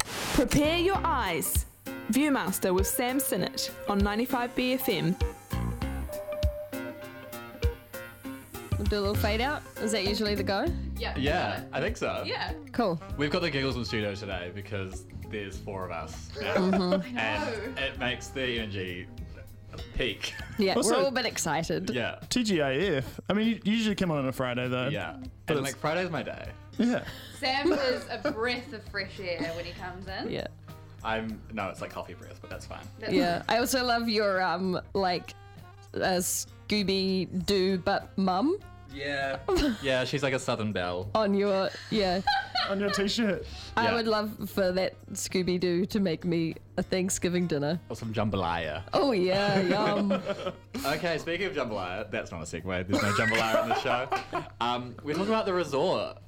Prepare your eyes. Viewmaster with Sam Sinnott on 95BFM. Do a little fade out. Is that usually the go? Yeah. Yeah, I think so. Yeah. Cool. We've got the giggles in studio today because there's four of us now. and it makes the energy peak. Yeah, Also- we're all a bit excited. yeah. TGIF. I mean, you usually come on on a Friday though. Yeah. But and it's- like Friday's my day. Yeah. Sam is a breath of fresh air when he comes in. Yeah. I'm no, it's like coffee breath, but that's fine. That's- Yeah. I also love your um like uh, Scooby Doo but mum Yeah. yeah, she's like a southern belle. on your yeah. On your t-shirt. I Yeah. would love for that Scooby Doo to make me a Thanksgiving dinner. Or some jambalaya. Oh yeah, yum. Okay, speaking of jambalaya, that's not a segue. There's no jambalaya on the show. Um, we're talking about the resort.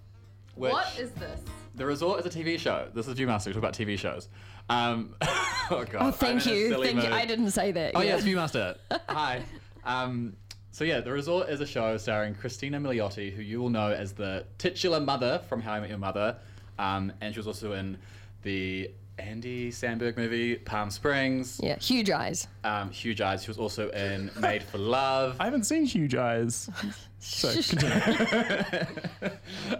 Which What is this? the resort? Is a TV show. This is you, Master. We talk about TV shows. Um, oh god. Oh, thank you, thank you. I did. didn't say that. Oh yeah, it's Viewmaster. Hi. Um, so yeah, The Resort is a show starring Christina Milioti, who you will know as the titular mother from How I Met Your Mother, um, and she was also in the Andy Sandberg movie Palm Springs, Yeah, huge eyes. um, Huge Eyes. She was also in Made for Love. I haven't seen huge eyes. So continue.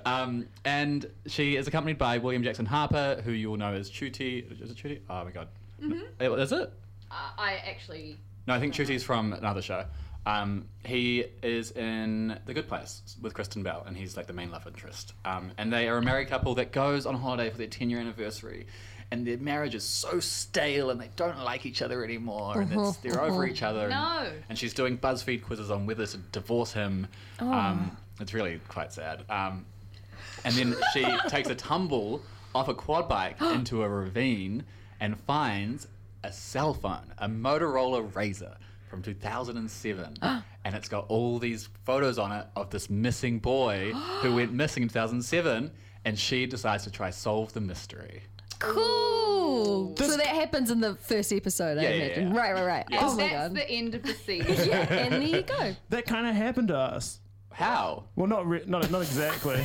Um, and she is accompanied by William Jackson Harper, who you will know as Chuti. Is it Chuti? Oh my god. Mm-hmm. Is it? Uh, I actually. No, I think Chuti's from another show. Um, he is in The Good Place with Kristen Bell, and he's like the main love interest. Um, and they are a married couple that goes on holiday for their 10 year anniversary, and their marriage is so stale, and they don't like each other anymore, and it's, they're over each other. and- No. And, she's doing BuzzFeed quizzes on whether to divorce him. Um, it's really quite sad. Um, and then she takes a tumble off a quad bike into a ravine and finds a cell phone, a Motorola Razor from 2007. and it's got all these photos on it of this missing boy who went missing in 2007. And she decides to try solve the mystery. Cool. so that happens in the first episode, I Yeah, yeah, imagine. yeah. Right, right, right. Oh my that's god. the end of the season. yeah, and there you go. that kind of happened to us. How? Well, not re- not not exactly.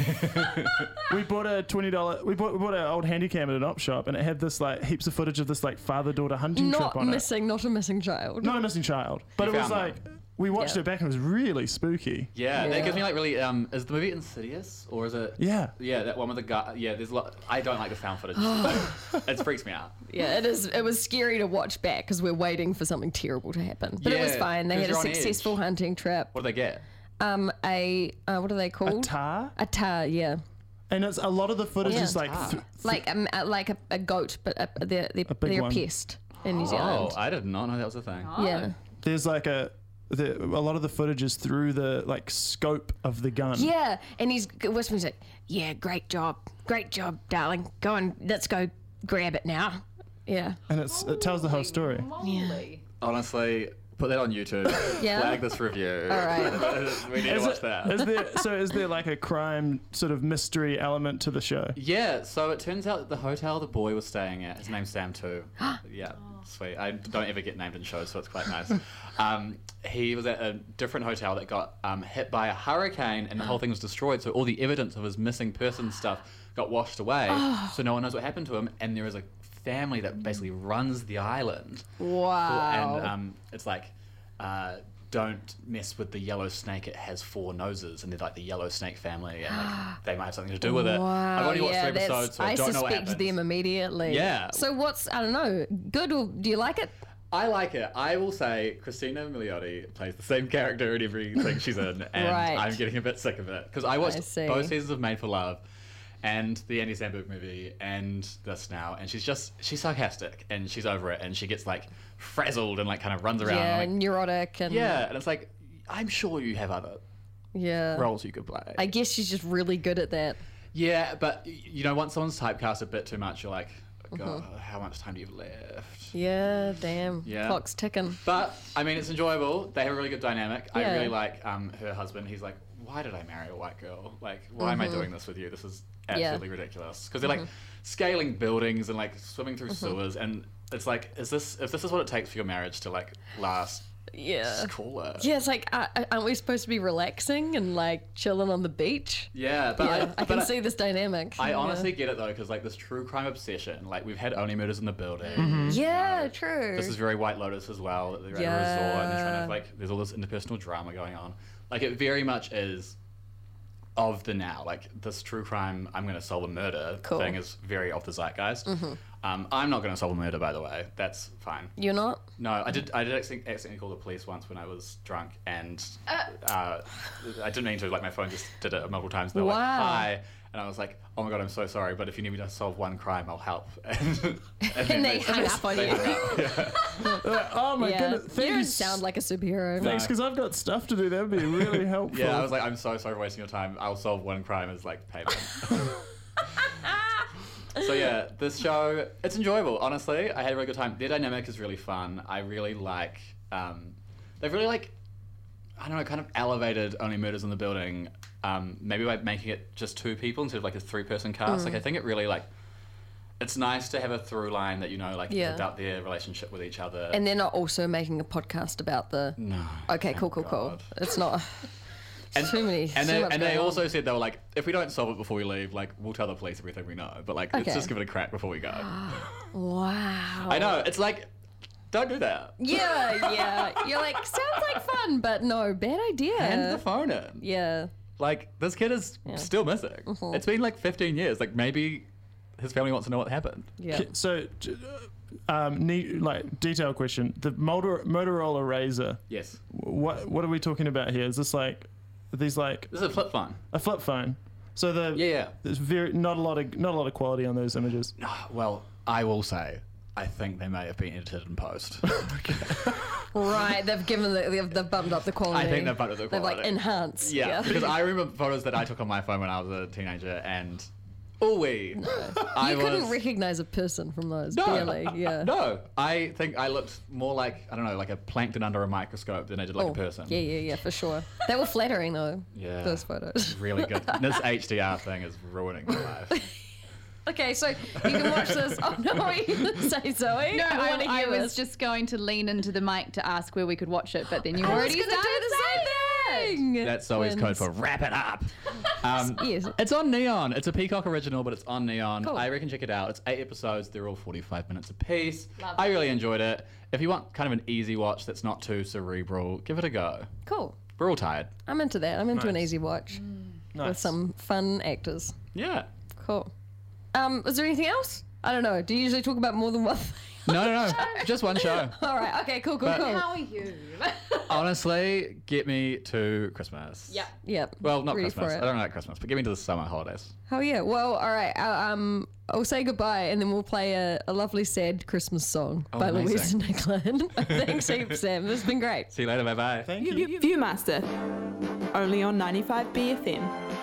we bought a twenty dollar. We bought we bought our old handy cam at an op shop, and it had this like heaps of footage of this like father daughter hunting trip Not on missing, not a missing it. child. Not a missing child, but You it was found like we watched Yeah. it back and it was really spooky. Yeah, Yeah. that gives me like really. Um, is the movie Insidious or is it? Yeah. Yeah, that one with the guy. Yeah, there's a lot. I don't like the sound footage. it freaks me out. Yeah, it is. It was scary to watch back because we're waiting for something terrible to happen. But it was Yeah, fine. They 'cause had a you're on edge. successful hunting trip. What do they get? Um, a uh, what are they called? Tar, A tar, yeah, and it's a lot of the footage Yeah. is like th- like um, uh, like a, a goat, but a, they're they're, big they're a one. pest in New Oh, Zealand. I did not know that was a thing. Yeah, there's like a the, a lot of the footage is through the like scope of the gun. yeah, and he's g- whispering, he's like, "Yeah, great job, great job, darling. Go and let's go grab it now." Yeah, and it's it tells the whole story. Moly. Honestly, put that on YouTube. Yeah. Flag this review. all right. we need to watch that. Is there so is there like a crime sort of mystery element to the show? Yeah, so it turns out that the hotel the boy was staying at, his name's Sam too. yeah, sweet. I don't ever get named in shows, so it's quite nice. Um, he was at a different hotel that got um, hit by a hurricane and the whole thing was destroyed, so all the evidence of his missing person stuff got washed away, Oh. so no one knows what happened to him, and there is a family that basically runs the island. wow. And um, it's like, uh, don't mess with the yellow snake. It has four noses, and they're like the yellow snake family, and like, they might have something to do with it. Wow, I've only watched yeah, three that's- episodes, so I, don't know what suspect happens. them immediately. Yeah. So what's I don't know, good or do you like it? I like it. I will say Christina Milioti plays the same character in everything she's in, and Right. I'm getting a bit sick of it because I watched see. both seasons of Made for Love. And the Andy Samberg movie, and this now, and she's just she's sarcastic, and she's over it, and she gets like frazzled and like kind of runs around. yeah, and, like, neurotic and Yeah, and it's like I'm sure you have other yeah. roles you could play. I guess she's just really good at that. yeah, but y- you know, once someone's typecast a bit too much, you're like, oh, Mm-hmm. God, how much time do you have left? Yeah, damn. Yeah. Clock's ticking. But I mean, it's enjoyable. They have a really good dynamic. I Yeah. really like um, her husband. He's like, why did I marry a white girl? Like, why Mm-hmm. am I doing this with you? This is absolutely ridiculous. Because they're like scaling buildings and Mm-hmm. like swimming through sewers, and it's like, is this if this is what it takes for your marriage to like last? yeah. Call it. Yeah, it's like, uh, aren't we supposed to be relaxing and like chilling on the beach? Yeah, but yeah, I, I can but see this dynamic. I yeah. honestly get it though, because like this true crime obsession, like we've had only murders in the building. Mm-hmm. Yeah, true. This is very White Lotus as well. That they're at a resort and they're trying Yeah. to like. There's all this interpersonal drama going on. Like it very much is of the now. Like this true crime, I'm going to solve a murder Cool. Mm-hmm. thing is very of the zeitgeist. Um, I'm not going to solve a murder, by the way. That's fine. You're not? No, I Mm. did. I did accident- accidentally call the police once when I was drunk, and uh, I didn't mean to. Like my phone just did it multiple times. They were like, Wow. "Hi," and I was like, "Oh my god, I'm so sorry, but if you need me to solve one crime, I'll help." And, and then they hung up on they you. hung up. Yeah. Uh, oh my yeah. goodness. Thank you you don't sound like a superhero. Thanks, because I've got stuff to do. That would be really helpful. Yeah, I was like, "I'm so sorry for wasting your time. I'll solve one crime as like payment." so yeah, this show it's enjoyable. Honestly, I had a really good time. Their dynamic is really fun. I really like. Um, they've really like I don't know, kind of elevated Only Murders in the Building, um, maybe by making it just two people instead of like a three person cast. Mm. Like, I think it really, like, it's nice to have a through line that, you know, like, Yeah. about their relationship with each other. And they're not also making a podcast about the. no. Okay, cool, cool, thank cool. God. It's not. And, too many- too And they, much and they going on. also said they were like, if we don't solve it before we leave, like, we'll tell the police everything we know. But, like, let's Okay. just give it a crack before we go. Wow. I know. It's like, don't do that. Yeah, yeah. You're like, sounds like fun, but no, bad idea. Hand the phone in. yeah. Like, this kid is still missing. Mm-hmm. It's been like 15 years. Like, maybe his family wants to know what happened. Yeah. K- So, j- um, ne like detail question: the Motor- Motorola Razor. Yes. What what are we talking about here? Is this like are these like This is a flip phone. a flip phone? So the Yeah, yeah. there's very not a lot of not a lot of quality on those images. Well, I will say, I think they may have been edited in post. Right. They've given the, they've, they've bumped up the quality. I think they've bumped up the They've like quality. enhanced. yeah, because I remember photos that I took on my phone when I was a teenager, and oh we, I you couldn't was- recognize a person from those, No. barely. Yeah. No, I think I looked more like I don't know, like a plankton under a microscope than I did like Oh, a person. Yeah, yeah, yeah, for sure. They were flattering though. Yeah. Those photos. Really good. this HDR thing is ruining my life. Okay, so you can watch this. Oh no, wait. Say Zoe. No, I, want to I, I hear was this. just going to lean into the mic to ask where we could watch it, but then you I was already gonna started do the saying same it. thing. That's always code for wrap it up. Um, Yes. It's on Neon. It's a Peacock original, but it's on Neon. Cool. I reckon check it out. It's eight episodes. They're all 45 minutes apiece. Love I really enjoyed it. If you want kind of an easy watch that's not too cerebral, give it a go. Cool. We're all tired. I'm into that. I'm into an Nice. easy watch Mm. with Nice. some fun actors. Yeah. Cool. Um, is there anything else? I don't know. Do you usually talk about more than one thing? No, no, no. Just one show. All right. Okay. Cool. Cool. But- cool. How are you? Honestly, get me to Christmas. yeah. Yep. Well, not Ready Christmas. For I it. don't like Christmas, but get me to the summer holidays. Oh yeah. Well, all right. I, um, I'll say goodbye, and then we'll play a, a lovely sad Christmas song Oh, by Louise amazing. Nicklin. Thanks, heaps, Sam. It's been great. See you later. Bye bye. Thank you. Viewmaster, only on 95 BFM.